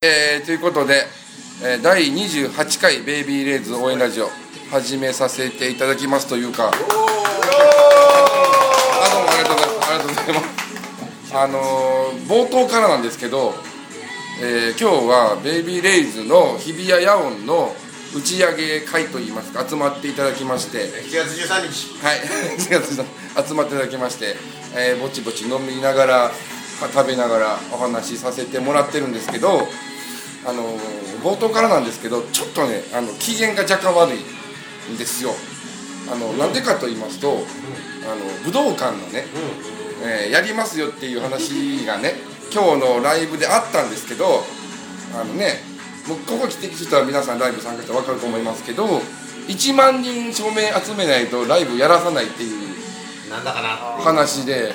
えーということで、えー第28回ベイビーレイズ応援ラジオ始めさせていただきますというかあどうもありがとうございますありがとうございますあのー冒頭からなんですけど、えー今日はベイビーレイズの日比谷野音の打ち上げ会といいますか集まっていただきまして7月13日はい、 違う違う集まっていただきまして、えーぼちぼち飲みながら、まあ食べながらお話しさせてもらってるんですけど、あのー冒頭からなんですけど、ちょっとね、あの機嫌が若干悪いんですよ。あのなんでかと言いますと、あの武道館のね、えーやりますよっていう話がね、今日のライブであったんですけど、あのね、もうここ来てる人は皆さんライブ参加したら分かると思いますけど、1万人証明集めないとライブやらさないっていうなんだかな話で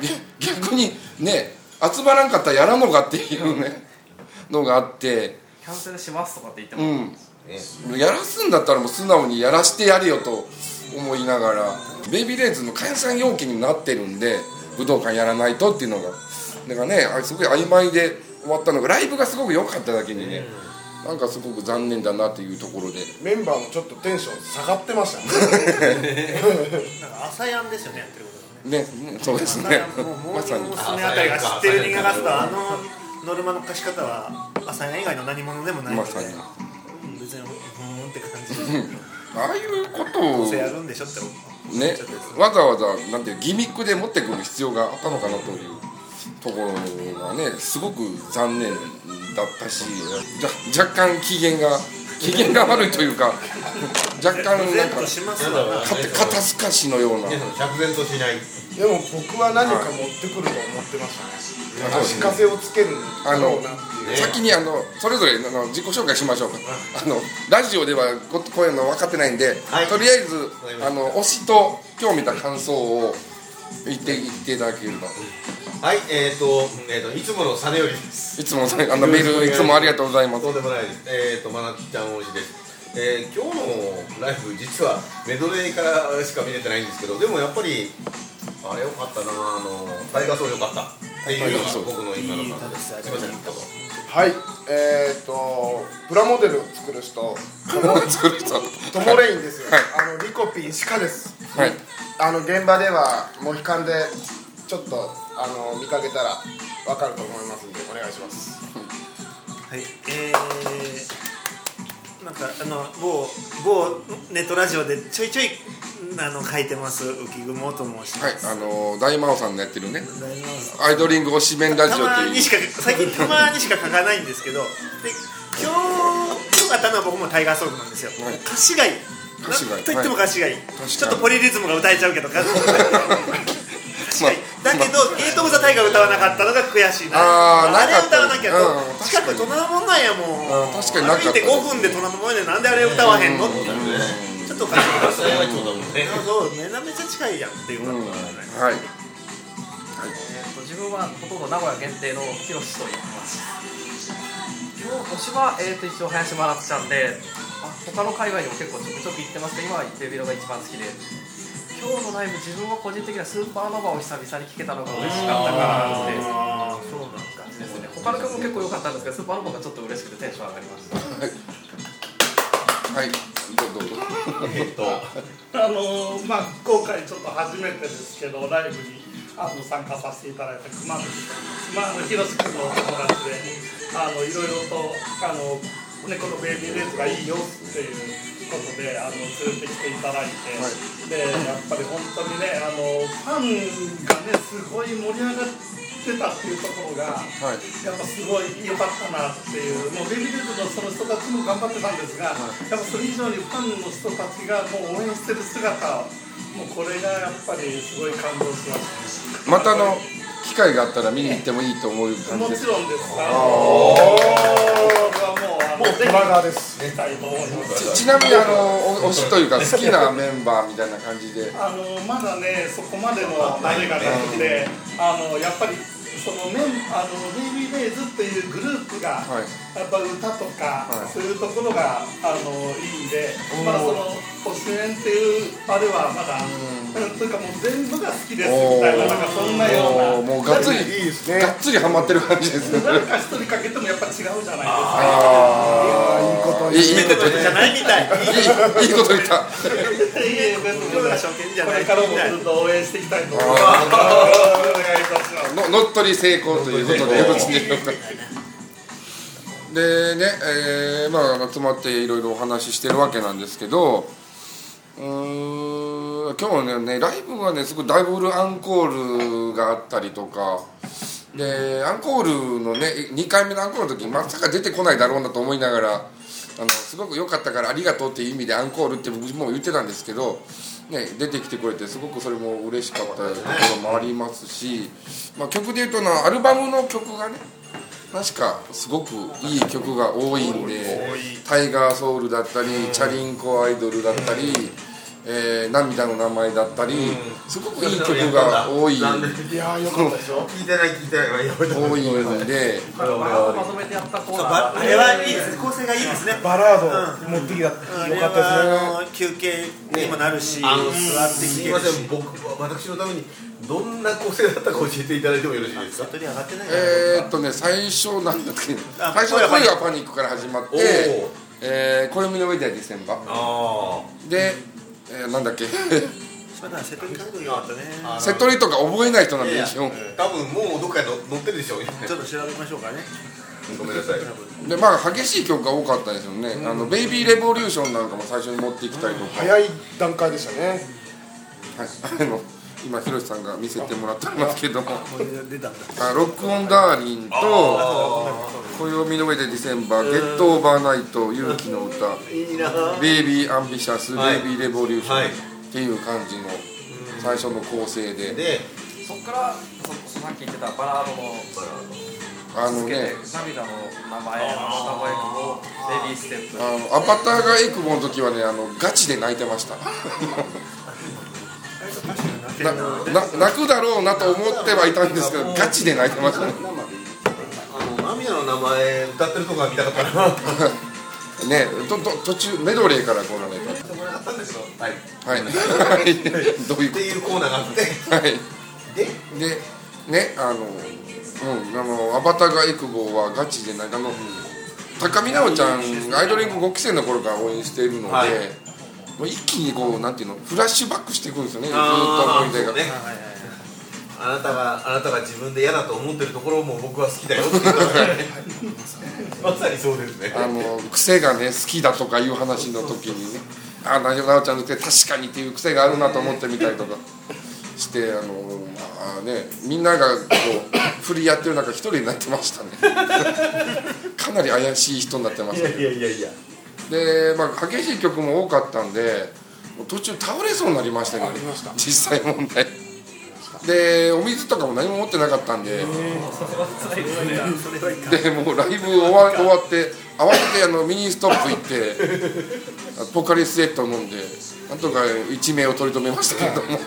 ぎ逆にね集まらんかったらやらんのかっていうねのがあってキャンセルしますとかって言ってうも、んやらすんだったらもう素直にやらしてやれよと思いながらベイビーレイズの解散要件になってるんで武道館やらないとっていうのがだからねあれすごい曖昧で終わったのがライブがすごく良かっただけにねなんかすごく残念だなというところでメンバーもちょっとテンション下がってましたねなんか朝やんですよねやってることがねねそうですねねだからもうモまさーニンにグ娘。あたりが知ってる人間が出したあのノルマの課し方は朝やん以外の何者でもないのまで、さにうん別にふーんって感じでああいうことをそれやるんでしょって思うねちょっとです、わざわざなんていうギミックで持ってくる必要があったのかなというところがねすごく残念だったしじゃ若干機嫌が機嫌が悪いというか若干プレなんゼンかトかしますわなんだろうた肩透かしのような釈然としないでも僕は何か持ってくると思ってましたね足かせをつけるあのうなっていう先にあのそれぞれあの自己紹介しましょうかあのラジオではここういうの分かってないんで、はいとりあえずかりましたあの推しと今日見た感想を言って言っていただければはいえーと,、えー、といつものサネよりですいつもそれあのメールいつもありがとうございます とんでもないですえーとまなっちゃん王子です、えー、今日のライブ実はメドレーからしか見れてないんですけどでもやっぱりあれよかったなあのタイガーソウルよかったっていうのが僕の今の感じですすいませんどうぞはいえっ、とプラモデルを作る人作る人はトモレインですよ、はいあのリコピンシカですいあの現場ではモヒカンでちょっとあの見かけたらわかると思いますんでお願いしますはいえー、なんかあの某某ネットラジオでちょいちょいあの書いてます浮雲と申しまはいす、あの大魔王さんのやってるね大丈夫ですアイドリング推しメンラジオたまってにいうしか最近たまにしか書かないんですけどで今日よかったのは僕もタイガーソングなんですよ、はい歌詞がいい歌詞がいいなんと言っても歌詞がいい、にちょっとポリリズムが歌えちゃうけど歌詞まがいいだけど、ゲート・オブ・ザ・タイガー歌わなかったのが悔しいなあーなあれかった歌わなきゃと、うん近く隣のもんなんやもう、うん確かになかった歩いて5分で隣のもんやねんなんであれ歌わへんの、ってちょっとおかしいな朝やばいちょうだもんねそうめちゃめちゃ近いやんっていうことなんだよねはいえー、と自分はほとんど名古屋限定のヒロシと言います今日推しは、えー、と一応林真夏ちゃんであ他の海外にも結構ちょくちょく行ってますけど今はベビロが一番好きで今日のライブ自分は個人的にはスーパーノヴァを久々に聴けたのが嬉しかったからですねあーそうなんだ感じですね他の曲も結構良かったんですけどスーパーノヴァがちょっと嬉しくてテンション上がりましたはいどうどうぞえーとあのーまあ、今回ちょっと初めてですけどライブにあの参加させていただいた熊野ですまああの、ひろし君のお友達であのいろいろとあの、ね、このベイビーレースがいいよっていうことであの連れてきていただいて、でやっぱり本当にねあのファンがねすごい盛り上がってたっていうところが。はいやっぱすごい良かったなっていう、もうベビーレッドのその人たちも頑張ってたんですが、やっぱそれ以上にファンの人たちがもう応援してる姿を、もうこれがやっぱりすごい感動しましまたあの機会があったら見に行ってもいいと思うた。感もじでちすろんです。あのー、もう、あの、ぜ熊川ですひ、したいと思います。ちちなみにあのお推しというか好きなメンバーみたいな 感じであのまだね、そこまでの慣れがなくて、あのやっぱりそのメンあの d v d a y s っていうグループが、はいやっぱ歌とか、はいそういうところがあのいいんでおーまだその星園っていうあれはまだうんというかもう全部が好きですみおたいななんかそんなようなーもうがっつりいいですねがっつりハマってる感じですね誰か一人かけてもやっぱ違うじゃないですかあいいこといいいいいいこことと言っじゃないみたいたいいいいこと言ったいえいえ全部今の初見じゃこなれいみかたらいもずっと応援していきたいと思いますあお願いいたしますの乗っ取り成功ということでよろしいでしょうかでね、えーまあ集まっていろいろお話ししてるわけなんですけどうーん今日のねライブはねすごいダブルアンコールがあったりとかでアンコールのね2回目のアンコールの時まさか出てこないだろうなと思いながらあのすごく良かったからありがとうっていう意味でアンコールって僕も言ってたんですけど、ね、出てきてくれてすごくそれも嬉しかったところもありますし、まあ、曲で言うとなアルバムの曲がね確かすごくいい曲が多いんで「タイガーソウル」だったり「チャリンコアイドル」だったり「えー涙の名前」だったりすごくいい曲が多いなんで聞いやーよかったですよいてない聞いてないやめた多いんで。これは俺はまとめてやったコーナーばあれはいいです構成がいいですねバラード持ってきたよかあれったですねはあの休憩にもなるし、あの座ってす聞いけまるせしん僕私のためにどんな構成だったか教えていただいてもよろしいですか取り上がってないからえーっとね最初なんだっけあ最初は恋はパニックから始まっおてー「えー暦の上ではディセンバーあ」で、えーなんだっけ柴田さん瀬戸に書くときよかったねあセットリとか覚えない人なんで一応多分もうどっかに乗ってるでしょうねちょっと調べましょうかねごめんなさいでまあ激しい曲が多かったですよね「あのベイビーレボリューション」なんかも最初に持ってきたりとか、早い段階でしたねはい、あの今ひろしさんが見せてもらってますけどもこれ出たんだあロックオンダーリンと暦の上でディセンバーゲットオーバーナイト勇気の歌いいなぁベイビーアンビシャスはいベイビーレボリューション、はいっていう感じの最初の構成ででそっからそそさっき言ってたバラードのあの続けてね涙の名前の名前をベビーステップあのアバターがエクボの時はねあのガチで泣いてましたなな泣くだろうなと思ってはいたんですけどガチで泣いてましたねあの涙の名前歌ってるとこが見たかったなねとと途中メドレーから来られたあったんですよはいっはいはいどういうていうコーナーがあってはいででねあのうんあのアバターがエクボはガチで泣いてあの高見直ちゃんがアイドリング5期生の頃から応援しているので、はいもう一気にこうなんていうのフラッシュバックしていくんですよねずーっとあ思い出が、ねあなたがあなたが自分で嫌だと思ってるところも僕は好きだよって言ったからねまさにそうですねあの癖がね好きだとかいう話の時にねあなおちゃんの癖確かにっていう癖があるなと思ってみたりとかしてあのまあねみんながこう振りやってる中一人になってましたね かなり怪しい人になってましたいやいやいやで、まあ、激しい曲も多かったんでもう途中倒れそうになりましたよね実際問題でお水とかも何も持ってなかったんででもうライブ終わ終わって慌ててあのミニストップ行って ポカリスエット飲んでなんとか一命を取り留めましたけども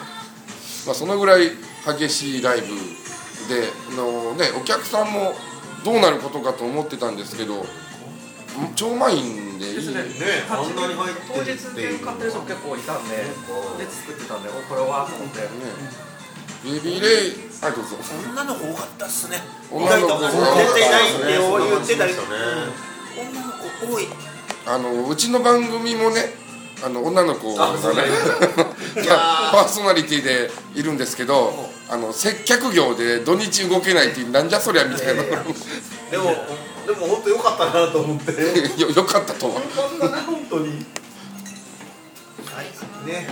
まあそのぐらい激しいライブであの、ね、お客さんもどうなることかと思ってたんですけど超満員でいいですねねあんなに入当って日るってでいう買ってる人も結構いたんでで作ってたんでおこれはと思ってねベビーレイはいどうぞ女の子多かったっすね女の子意外と出ていないって言ってたりそうですね女の子多いあのうちの番組もねあの女の子がねあそうなんやいやパーソナリティでいるんですけどあの接客業で土日動けないっていうなんじゃそりゃみたいなよでもでも本当良かったなと思って よかったとは本当にはいね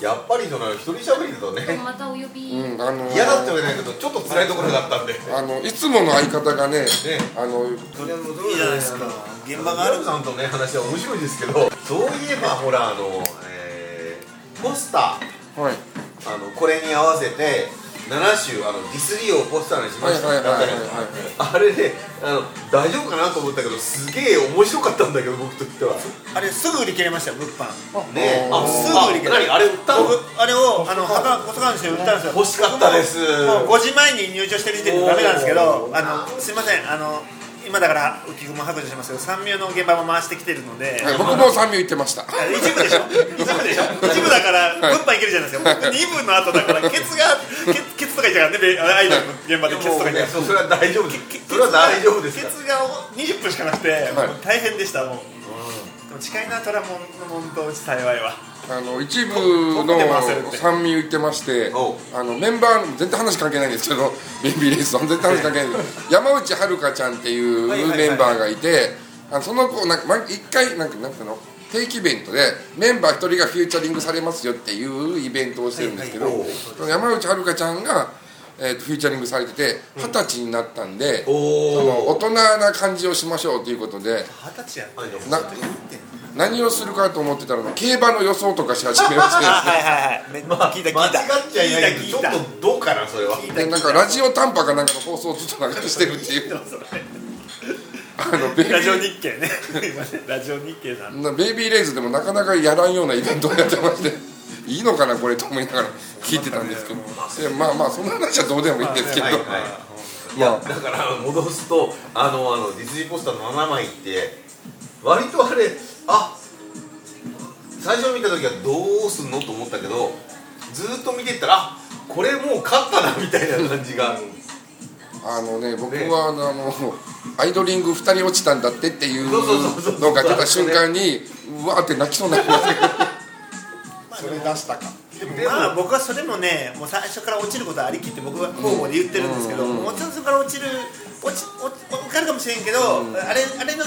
やっぱりその一人喋りだとねまたお呼び。うんあの嫌だって言われないけどちょっと辛いところがあったんでねあのいつもの相方がねあのいいじゃないですか現場があるさんとね話は面白いですけどそういえばほらあの、えーポスターはいあのこれに合わせて7週あのディスリーをポスターにしましたはいはいはいはいあれであの大丈夫かなと思ったけどすげえ面白かったんだけど僕としてはあれすぐ売り切れましたよ物販ねえあすぐ売り切れあ何あれ売ったの僕あれをあの博物館で売ったんですよ欲しかったですもう5時前に入場してる時点でダメなんですけどあのすいませんあの今だから浮雲白状しますけど三流の現場も回してきてるので、はい僕も三秒言ってましたあ一部でしょ一部でしょ一部だから物販いけるじゃないですか僕二部の後だからケツがケケツとか言ってたからねべアイドルの現場でケツとか言ってたそうそれは大丈夫ですケそれは大丈夫ですかケツが20分しかなくて、はいもう大変でしたもう、でも近いなトラモンのモンと幸いはあの一部の酸味を言ってましておうあのメンバーの全然話関係ないんですけ どベビーレースさん全然話関係ないんですけど山内遥ちゃんっていうはいはいはいメンバーがいてあのその子なんか毎一回なんかなんていうの定期イベントでメンバー一人がフューチャリングされますよっていうイベントをしてるんですけど、はいはいその山内遥ちゃんが、えーとフューチャリングされてて二十歳になったんで、その大おお人な感じをしましょうということで二十歳やんはいどうもな何をするかと思ってたら競馬の予想とかし始めましあて。はいはいはいめ聞いた聞い間違たっちゃいない聞けいどた聞いちょったとどうかなそれはでなんかラジオ短波かなんかの放送をずっと流してるっていうあのベイビラジオー日経ね 今ねラジオ日経さんなベイビーレイズでもなかなかやらんようなイベントをやってましていいのかなこれと思いながら聞いてたんですけどでまあまあそんな話はどうでもいいんですけどはいはい、いやだから戻すとあのあのディズニーポスターの7枚って割とあれあ最初見た時はどうすんのと思ったけどずーっと見てったらあこれもう勝ったなみたいな感じがあのね僕ねはあのアイドリング2人落ちたんだってっていうそうそうそうそうのが出た瞬間にうわーって泣きそうになりましたけどそれ出したかでもまあ僕はそれもねもう最初から落ちることはありきって僕は交互で言ってるんですけど、もう最初から落ちる落ち落ち受かるかもしれんけど、あれあれの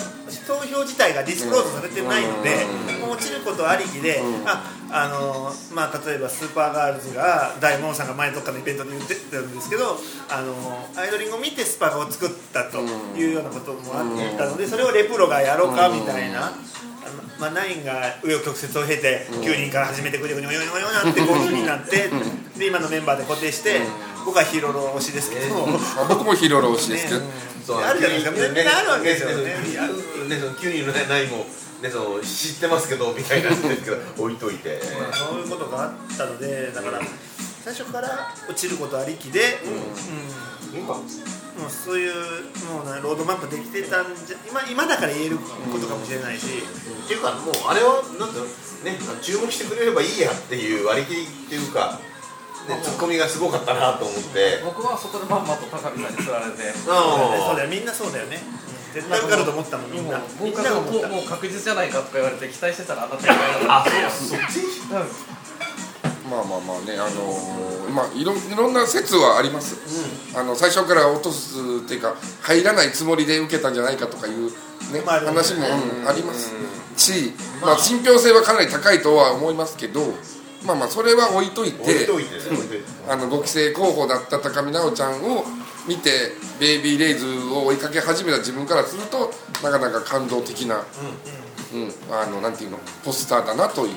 投票自体がディスクローズされてないので、もう落ちることはありきで、ああのーまあ、例えばスーパーガールズが大門さんが前どっかのイベントで言ってたんですけどあのーアイドリングを見てスパガを作ったというようなこともあったのでそれをレプロがやろうかみたいな。あのまあ、ナインが紆余曲折を経て9人から始めてくれくにょよよよな って5人になってで今のメンバーで固定して僕はヒーローロ推しですけども、まあ僕もヒロロ推しですけど、そうあるじゃないですか急にみんなあるわけですよねねねその9人のねないもねその知ってますけどみたいな感じですけど 置いといてまあそういうことがあったのでだから最初から落ちることありきで、うんもうそういうもうなロードマップできてたんじゃ今今だから言えることかもしれないし、っていうかもうあれはなんだろうね注目してくれればいいやっていう割り切りっていうか、ね、ツッコミがすごかったなと思って僕はそこでまんまと高見さんに釣られてそうあだよみんなそうだよね絶対受かると思ったもんみんなみもうん僕がながも思っうたもう確実じゃないかとか言われて期待してたらあなた以外だっあそうそっちたうんまあまあまあね、あのーまあいろいろんな説はあります、あの最初から落とすっていうか入らないつもりで受けたんじゃないかとかいう、ねまあ話も、うんありますし、まあ、信憑性はかなり高いとは思いますけどまあまあそれは置いといて置いといてね置いといてあの5期生候補だった高見直ちゃんを見てベイビーレイズを追いかけ始めた自分からするとなかなか感動的な、うんあのなんていうのポスターだなという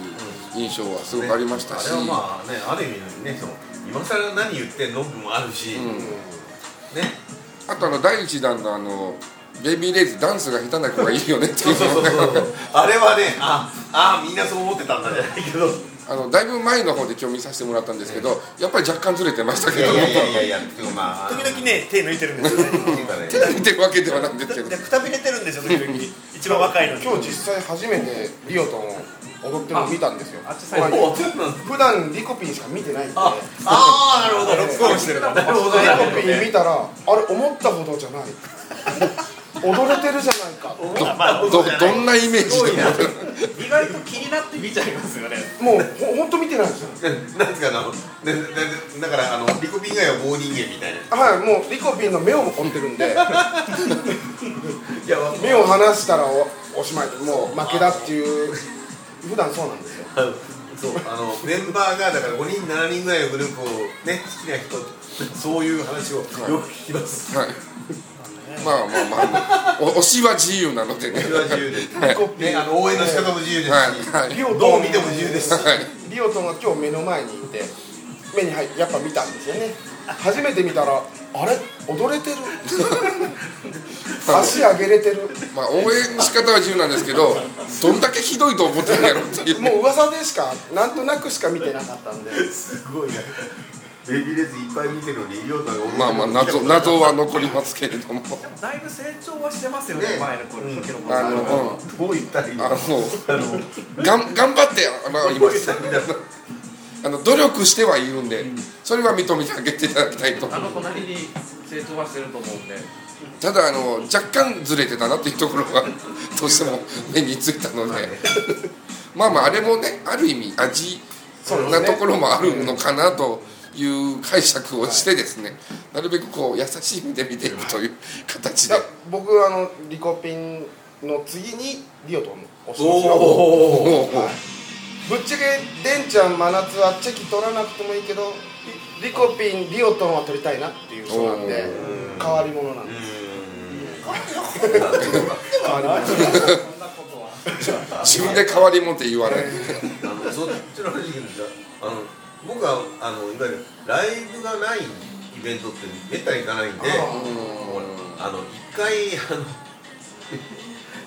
印象はすごくありましたし、あれはまあねある意味ねその今更何言ってんのもあるし、ねあとあの第1弾のあのベイビーレイズダンスが下手な子がいるよねってそいうそうそううのそがうあれはねああみんなそう思ってたんだじゃないけどいあのだいぶ前の方で今日見させてもらったんですけどやっぱり若干ずれてましたけどやいやいやいやいやっていうかまあ時々ね手抜いてるんですよねっていうかね手が見てるわけではないんですけどでくたびれてるんですよ時々一番若いのに今日実際初めてリオと踊ってるの見たんですよあっちサイドはいおそうなんだ普段リコピンしか見てないんでああーなるほどロックオンしてるなるほどなるほどリコピン見たらあれ思ったほどじゃない踊れてるじゃないかどどんなイメージすごいでなも意外と気になって見ちゃいますよねもうほほんと見てないんですよねなんですかあのねねねだからあのリコピン以外は棒人間みたいなはいもうリコピンの目を追ってるんでいやわ目を離したらおおしまいもう負けだっていう普段そうなんですよあのそうあのメンバーがだから5人7人ぐらいのグループをね好きな人そういう話をよく聞きますはいまあまあまあお推しは自由なのでねそれは自由ですねあの応援の仕方も自由ですし、はいはいリオとどう見ても自由ですしはいリオとが今日目の前にいて目に入ってやっぱ見たんですよね初めて見たらあれ踊 れてる足上げれてるまあ、応援の仕方は自由なんですけどどんだけひどいと思ってるんやろっていうもう噂でしかなんとなくしか見てなかっ たんですごいなベビーレズいっぱい見てるのに亮太がまあまあ謎謎は残りますけれどもだいぶ成長はしてますよねね前の頃時の子あさの、うんん、どう言ったらいいのあどうのがん頑張ってはい ます言ったらいいんだろうあの努力してはいるんで、それは認めてあげていただきたいとあの子なりに成長はしてると思うんでただあの若干ずれてたなっていうところが どうしても目についたの でまあまああれもねある意味味なところもあるのかなという解釈をしてですね、なるべくこう優しい目で見ていくという形でだ僕あのリコピンの次にリオトンを押しましたおおもうもうぶっちゃけデンちゃん真夏はチェキ取らなくてもいいけどリリコピンリオトンは取りたいなっていう人なんで変わり者なんでそんな変わり者ことは自分で変わりもんって言わないあのそっちの話聞くんですがあの僕はあのいわゆるライブがないイベントってめったに行かないんであの一回あの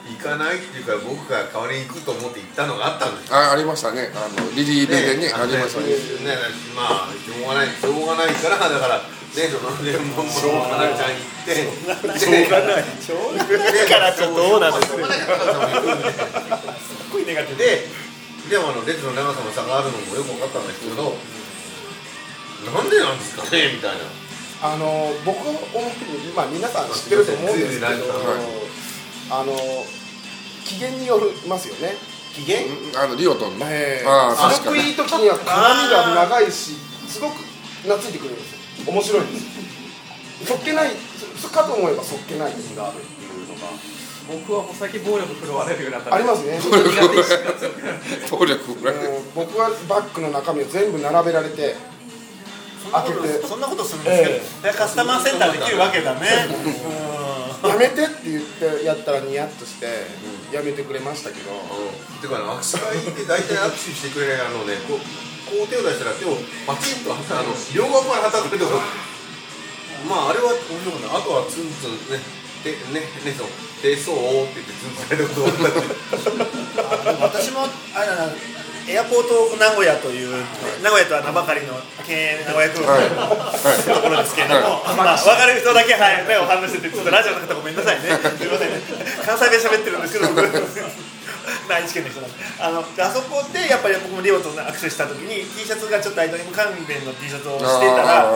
行かないっていうか僕が代わりに行くと思って行ったのがあったんですよあありましたねあのリリーベでねありましたねねねまあしょうがないしょうがないからだからねそのねもうかなちゃんに行ってしょうがないしょうがないからってどうなのしょうがないから母さんも行くんで。すっごいネガティブで、でもあの列の長さの差があるのもよく分かったんですけど、なんでなんですかねみたいな。あの僕思うにまあ皆さん知ってると思うんですけどはいあの機嫌によりますよね機嫌うんあのリオとのねえあーすごくいい時には髪が長いしすごく懐いてくるんですよ面白いんですよそっけないそかと思えばそっけない意味があるっていうのが僕はもう最近暴力振るわれるようになったんであり ますね暴力を暴力を振られてもう僕はバッグの中身を全部並べられて開けてそんなことするんですけど、カスタマーセンターできるわけだね「やめて」って言ってやったらニヤッとしてやめてくれましたけどあのてかね、握手会って大体握手してくれないあのね、こうこう手を出したら手をパチンとあの両側から叩くとこまああれは面白くない。あとはツンツンね、でねねその手相をって言ってツンツンやることになって。うん私もあのエアポート名古屋という名古屋とは名ばかりの経営名古屋空港はいのところですけれども、まあ、分かる人だけ、はい、目を反応しててちょっとラジオの方ごめんなさいねすいませんね関西弁喋ってるんですけど僕まあ愛知県の人なんであのであそこでやっぱり僕もリオと握手した時に T シャツがちょっと間に関連の T シャツをしてたらあー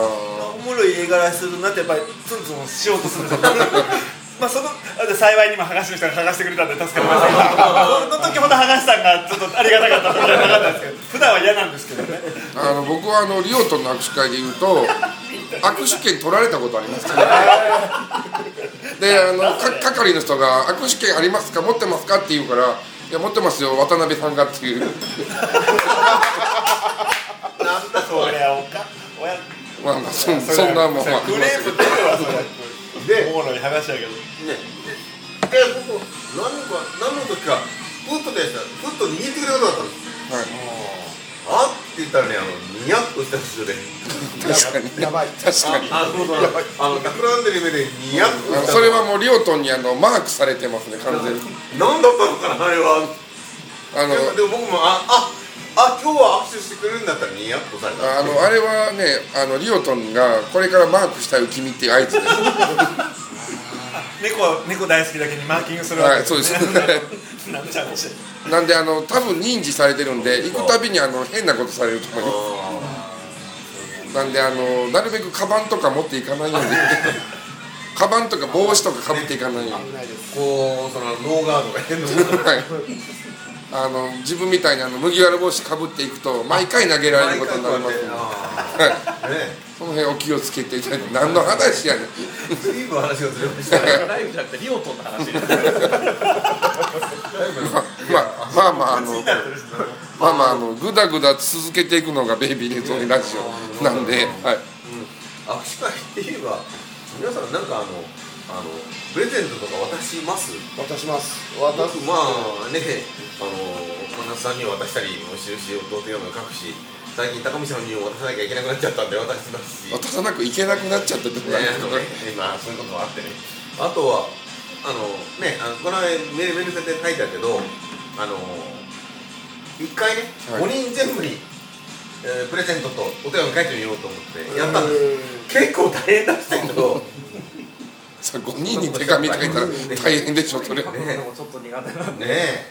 おもろい映画らしするなってやっぱりツンツンしようとするんですよ まあそのあで幸いにも剥がしの人が剥がしてくれた んで助かりましたけどその時ほど剥がしさんがちょっとありがたかったのでなかったんですけど普段は嫌なんですけどねあの僕はあのリオとの握手会で言うと握手券取られたことありますから、ね、であのか係の人が「握手券ありますか持ってますか?」って言うから「いや持ってますよ渡辺さんが」っていう なんだそれおか親まあまあそんそんなもんはあクりまレすーけどプ出るわそれでおもろい話やけねどで僕何か何の時かふっと出したらふっと握ってくれなかったんですはいあって言ったらねあのニヤッとした人で確かにやばい確かにあそうだあの企んでる目でニヤッとあしのたそれはもうリオとにあのマークされてますね完全に何だったのかなあれはあでのもでも僕もあああ今日は握手してくれるんだったらニヤッとされたあのあれはねあのリオトンがこれからマークしたい君っていう合図です猫猫大好きだけにマーキングするわはけいそうです すなんちゃうしなんであの多分認知されてるんで行くたびにあの変なことされると思いますなんであのなるべくカバンとか持っていかない ようにカバンとか帽子とかかぶっていかないように、ないですこうそのノーガードが変なはい、あの自分みたいにあの麦わら帽子かぶっていくと毎回投げられることになりますんでねその辺お気をつけていただいて何の話やねん随分話がずれましたねライブじゃなくてリオとの話ですまあまあまあまああのまあまああのグダグダ続けていくのがベイビーレゾーンラジオなんで、はい、握手会って言えば皆さんなんかあのあのプレゼントとか渡します渡します渡僕まあねあの岡田さんに渡したりもしてるし弟手紙も書くし最近高見さんに渡さなきゃいけなくなっちゃったんで渡しますし渡さなくいけなくなっちゃったとこがあねあのねまあそういうこともあってねあとはあのねあのこの前メメルセで書いてあるけどあの一回ね、はい五5人全部に、えープレゼントとお手紙書いてみようと思ってやったんですえ結構大変だったけ どさ5人に手紙書いたら大変でしょそれ書くのもちょっと苦手なんねで え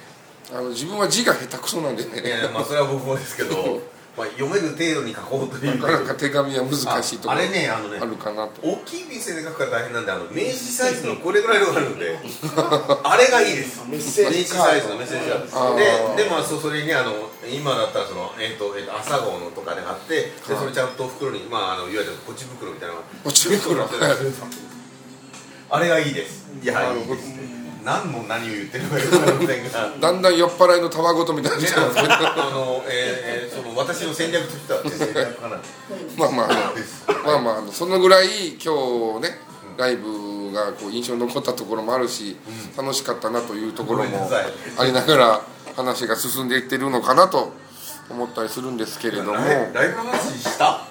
あの自分は字が下手くそなんでねいやまあそれは僕もですけど、まあ、読める程度に書こうというなかなか手紙は難しいとこあろあれねあのねあるかなと大きい便箋で書くから大変なんであの名刺サイズのこれぐらいのがあるんであれがいいですメッセージカー名刺サイズドのメッセージあーがででまあそうそれにあの今だったらその、えー、とえーと朝顔のとかで貼ってでそれちゃんと袋にまああのいわゆるポチ袋みたいなのポチ袋ポあれがいいですいやいいですね何の何を言ってるのかよくわかりませんが だんだん酔っ払いのたわごとみたいになねっちゃうあの、えーえー、その私の戦略としては戦略かなまあまああですのまあまああのそのぐらい今日ねライブがこう印象に残ったところもあるし、楽しかったなというところごめんもなさいありながら話が進んでいってるのかなと思ったりするんですけれどもライライブ話した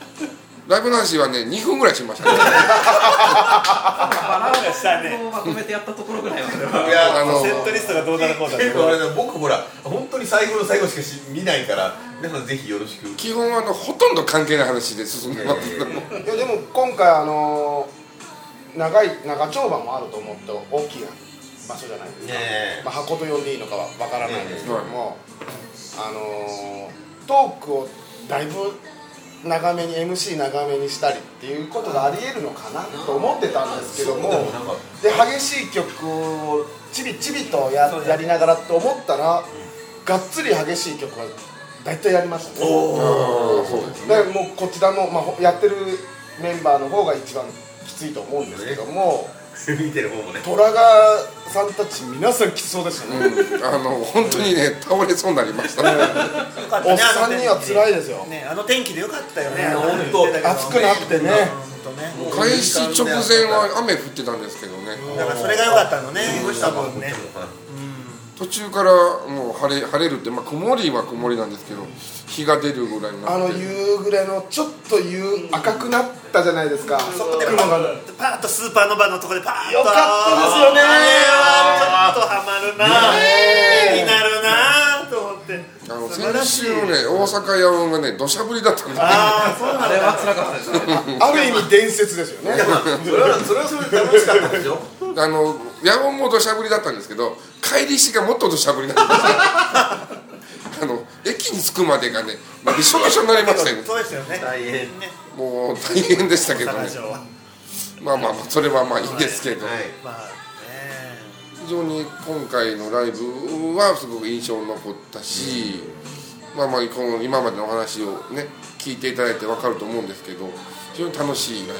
ライブの話はね2分ぐらいしましたねまあなんかしたねこうまとめてやったところぐらいまでは。いやあのセットリストがどうなるこうだ結構あれだ僕ほら本当に最後の最後しかし見ないから皆さんぜひよろしく基本はあのほとんど関係ない話で進んでますけども、ーいやでも今回あのー長い長丁場もあると思って大きい場所じゃないですか、ねえまあ、箱と呼んでいいのかはわからないですけども、あのートークをだいぶ長めに MC 長めにしたりっていうことがありえるのかなと思ってたんですけどもそうでもなんかで激しい曲をちびちびとややりながらと思ったらがっつり激しい曲は大体やりましたねおおそうですでもうこちらの、まあほ、やってるメンバーの方が一番きついと思うんですけども見てる方もね虎川さんたち皆さんきつそうでしたね、うんあの本当にね倒れそうになりましたねよかったねおっさんには辛いですよ、ねあの天気でよかったよねねあの本当言ってたけど暑くなってね本当ね開始直前は雨降ってたんですけどねだからそれが良かったのね多分ね途中からもう晴れ晴れるって、まあ、曇りは曇りなんですけど日が出るぐらいになあのって夕暮れのちょっと夕赤くなったじゃないですかそこでパ雲がよかっッとパッとスーパーのバのとこでパッとたですよねあれはちょっとハマるな絵になるなと思ってあの素晴ら先しい週ね大阪ヤオンがね土砂降りだったんでああそうなんあだれは辛かったですね。ある意味伝説ですよねそれはそれはそれで楽しかったでしょあのヤオンも土砂降りだったんですけど帰りしがもっと土砂降りなんですよ あの駅に着くまでがねびしょびしょになりましたよねそうですよね大変ねもう大変でしたけどね大阪城はまあまあまあそれはまあいいですけど、はいまあね非常に今回のライブはすごく印象に残ったし、まあまあこの今までのお話をね聞いていただいてわかると思うんですけど非常に楽しいライ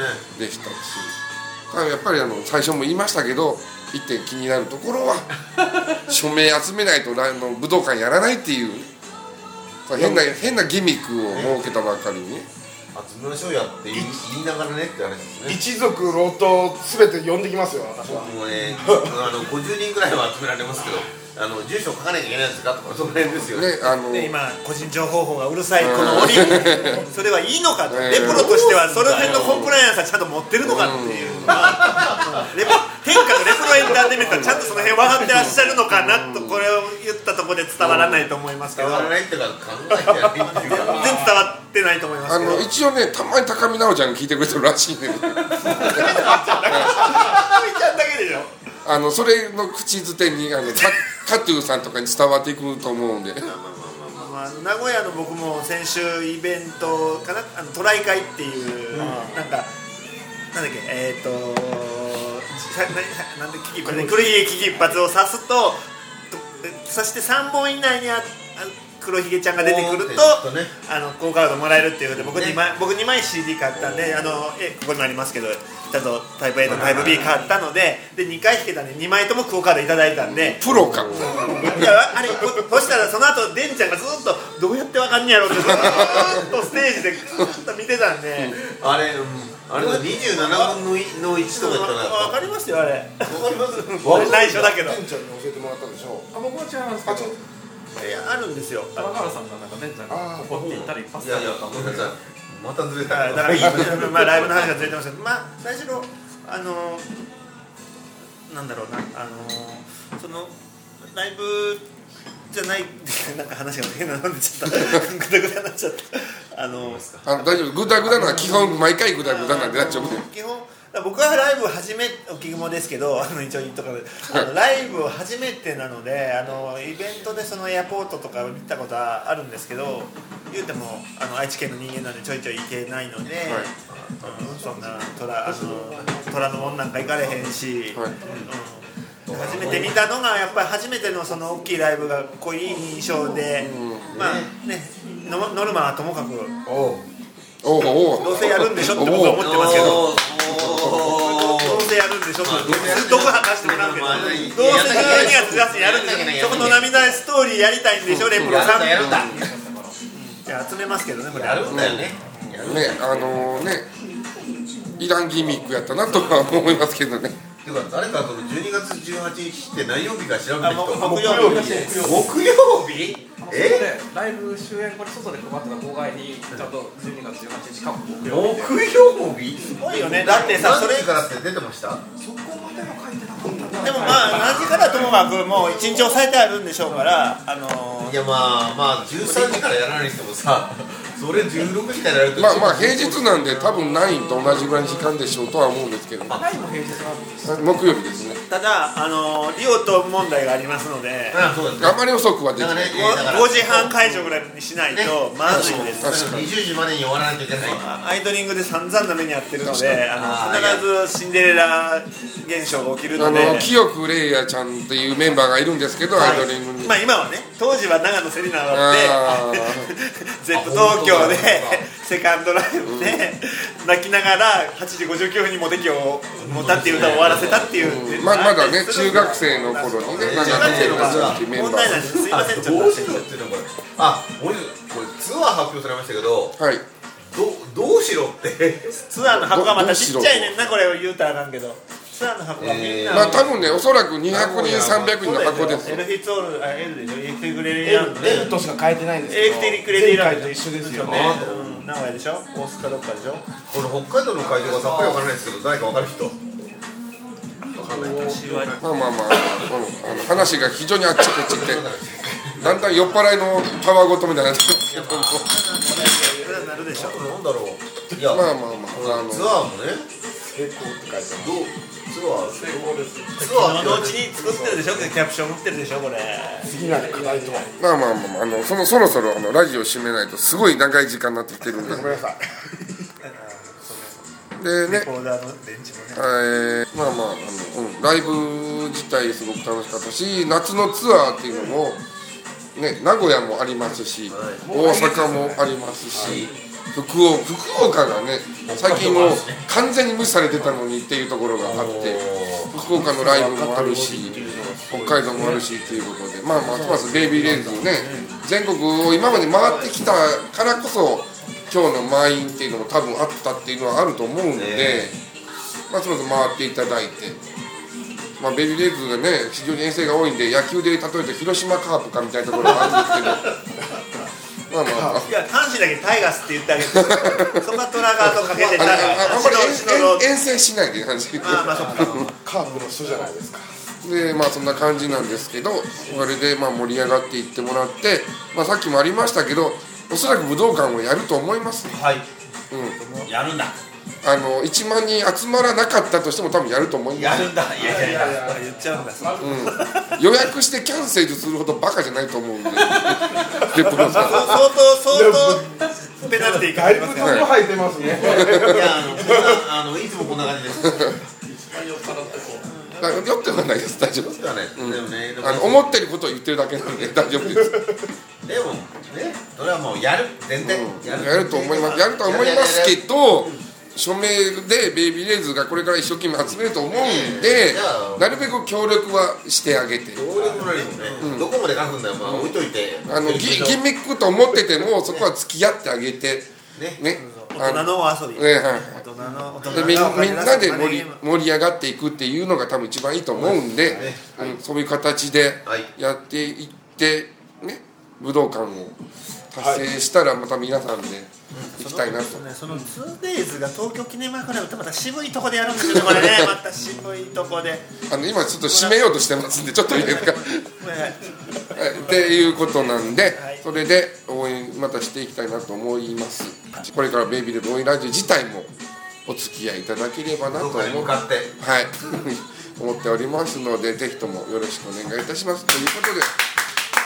ねブでしたしただやっぱりあの最初も言いましたけど一点気になるところ は署名集めないとライブの武道館やらないっていう変な変なギミックを設けたばっかりにね集めましょうやって言い言いながらねって話ですね 一族老頭すべて呼んできますよ私は僕もねあの50人ぐらいは集められますけどあの住所書かなきゃいけないんですかとかその辺ですよねねあので今個人情報保護がうるさいこの折それはいいのかとレプロとしてはその辺のコンプライアンスはちゃんと持ってるのかっていうのがレプ天下のレプロエンターテインメントはちゃんとその辺分かってらっしゃるのかなとこれを言ったところで伝わらないと思いますけ伝どわらな全然いっていうか考えてないっていうか伝わってないと思いますあけどの一応ねたまに高見直ちゃんが聞いてくれてるらしいんで、あみちゃんだけでしょあのそれの口づてにあのカカトゥーさんとかに伝わっていくと思 うんでまあ、名古屋の僕も先週イベントかなあのトライ会っていう、なんかなんだっけえっ、ー、とさななんで危機一髪ね黒ひげ危機一髪を刺すとと刺して3本以内にああ黒ひげちゃんが出てくるとポーンってねあの好カードもらえるっていうことで僕ね2枚僕2枚 CD 買ったんであのえここにもありますけどちゃんとタイプ A とタイプ B 買ったのでで2回引けたんで2枚ともクオ・カードいただいたんでプロかいやあれほそしたらその後デンちゃんがずっとどうやってわかんねやろってずっとステージでずっと見てたんであれ、うん、あれは27分の1の1とかやったらわかりましたよあれかります内緒だけどちゃんに教えてもらったんでしょあ僕は違いますけどいやあるんですよ若原さんがなんかベンちゃんが怒っていったら一発いでやいやごめんなさいまたずれたはいだから今まあライブの話がずれてましたけ どまあ最初のあのなんだろうなあのそのライブじゃないなんか話が変なのになっちゃった ぐだぐだになっちゃったあのあの大丈夫グダグダなのは基本毎回グダグダなんでなっちゃうもんね基本僕はライブ初めおき雲ですけどあの一応言っとかないあのライブ初めてなのであのイベントでそのエアポートとか見たことはあるんですけど言うてもあの愛知県の人間なんでちょいちょい行けないので、あのそんな虎あの虎の門なんか行かれへんし、はいうん初めて見たのがやっぱり初めてのその大きいライブがこういい印象で、まあねノノルマはともかくおうおうおうどうせやるんでしょって僕は思ってますけど。どうせやるんでしょ、まあどうせやるんでしょどこはかしてもらうけど、まあまあどうせ12やんなきゃいけない月出してやるんでやんなきゃいけないしょ、そこの涙ストーリーやりたいんでしょ、レプロさん。やるんだいや集めますけどね、これ。やるんだよねねあのねイランギミックやったなとは思いますけどねていうか誰かその12月18日って何曜日か調べあてもう人木曜日木曜日えでライブ終演これ外で配ってた号外にちゃんと12月18日過去木木曜日で曜日すごいよねだってさそれからって出てましたでもまあ、何時からともかく、もう一日押さえてあるんでしょうから、あのいやまあまあ13時からやらない人も さそれ16時からやるとまあまあ平日なんで多分ナインと同じぐらいの時間でしょうとは思うんですけど、ね、ライブも平日なんです木曜日ですねーただ、あのーリオと問題がありますので、あそうですねあまり遅くはできだかならねいご5時半解除ぐらいにしないとまずいです。確かに20時までに終わらないといけないアイドリングで散々な目に遭ってるの確かにで、ああーの必ずシンデレラ現象が起きるあので。の清くレイヤちゃんっていうメンバーがいるんですけど、アイドリングに、まあ今はね当時は長野セリナだあっ ーて ZEP 東京であ本当だセカンドライブで泣きながら8時59分にモテキを持たっていう歌を終わらせたっていう、ままだね中学生の頃にね中長学野生レのイ頃ヤちゃんっていうメンバ問ー題なんですすいませんちょっとどうしろっていうのこれあもう一個これツアー発表されましたけどはいどどうしろってツアーの箱がまどたうしちろっちゃいねんなこれを言うたらなんけどツアーの箱がみんえな、ーまあ多分ねおそらく200人300人そうの箱でですすよよエルフィッツオールあ L でしょエクティグレリアンドエルとしか変えてないんですエクティグレリアンド前回と一緒ですよね、うん名古屋でしょ大須かどっかでしょこの北海道の会場がさっぱりわからないですけど誰かわかる人わかんない私はまあまあまあうんあの話が非常にあっちこっち行ってだんだん酔っ払いのたわごとみたいになってますけどなるでしょなんだろういや、まあまあまああのツアーもね成功って書いてますどうツアー成功ですツアーのうちに作ってるでしょキャプション打ってるでしょこれい次なる課題とはまあまあまあまああのそのそろそろあのラジオ締めないとすごい長い時間になってきてるんでごめんなさいでねコーダーの電池もえねーまあまああの、うん、ライブ自体すごく楽しかったし夏のツアーっていうのも、ね、名古屋もありますし、大阪もありますし、福岡福岡がね最近もう完全に無視されてたのにっていうところがあって福岡のライブもあるし北海道もあるしっていうことでまあますますベイビーレンズね全国を今まで回ってきたからこそ今日の満員っていうのも多分あったっていうのはあると思うんで。まあ、そもそも回っていただいて、まあ、ベビーレイズがね非常に遠征が多いんで野球で例えると広島カープかみたいなところがあるんですけど まあまあまあいや阪神だけタイガースって言ってあげてそこはトラガーとかけあてのたらああんまりシノロ遠遠遠征しないで感じでまあまあそっかカープの人じゃないですかでまあそんな感じなんですけどそれでまあ盛り上がっていってもらって、まあ、さっきもありましたけどおそらく武道館をやると思いますねはいやるんだあの1万人集まらなかったとしても多分やると思いまやするんだいやいやいや言っちゃうんだ予約してキャンセルするほどバカじゃないと思うんでレプロさん相当相当ペナルティーかかりますからも入ってますねいやあのこんなあのいつもこんな感じです一番酔っ払ってそうだだから酔ってはないです大丈夫ですではないです、でもねでもあの思ってることを言ってるだけなん で大丈夫ですでもねそれはもうやる全然、やると思いますやるとは思いますけど署名でベイビーレイズがこれから一生懸命集めると思うんでなるべく協力はしてあげてどう力も何もね、どこまで書くんだよまあ置いといてあのギギミックと思っててもそこは付き合ってあげてねねあ大の人のお遊びねはい大人の大人でのみみんなでお金盛りゲーム盛り上がっていくっていうのが多分一番いいと思うんで、うんそういう形ではいやっていって、ね、武道館を達成したらまた皆さんで行きたいなと、そうねその 2days が東京記念前から歌また渋いとこでやるんですよねこれねまた渋いとこで、ね、あの今ちょっと締めようとしてますんでちょっといいですかっていうことなんで、はいそれで応援またしていきたいなと思いますこれからベイビーレブ応援ラジオ自体もお付き合いいただければなと思どこかに向うかってはい、 思っておりますので、ぜひともよろしくお願いいたします。ということで、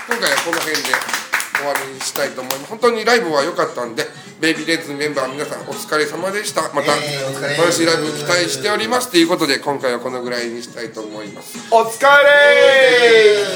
今回はこの辺で終わりにしたいと思います。本当にライブは良かったんで、ベイビーレッズのメンバー皆さんお疲れ様でした。また、えーお疲れ楽しいライブ期待しております。ということで、今回はこのぐらいにしたいと思います。お疲れ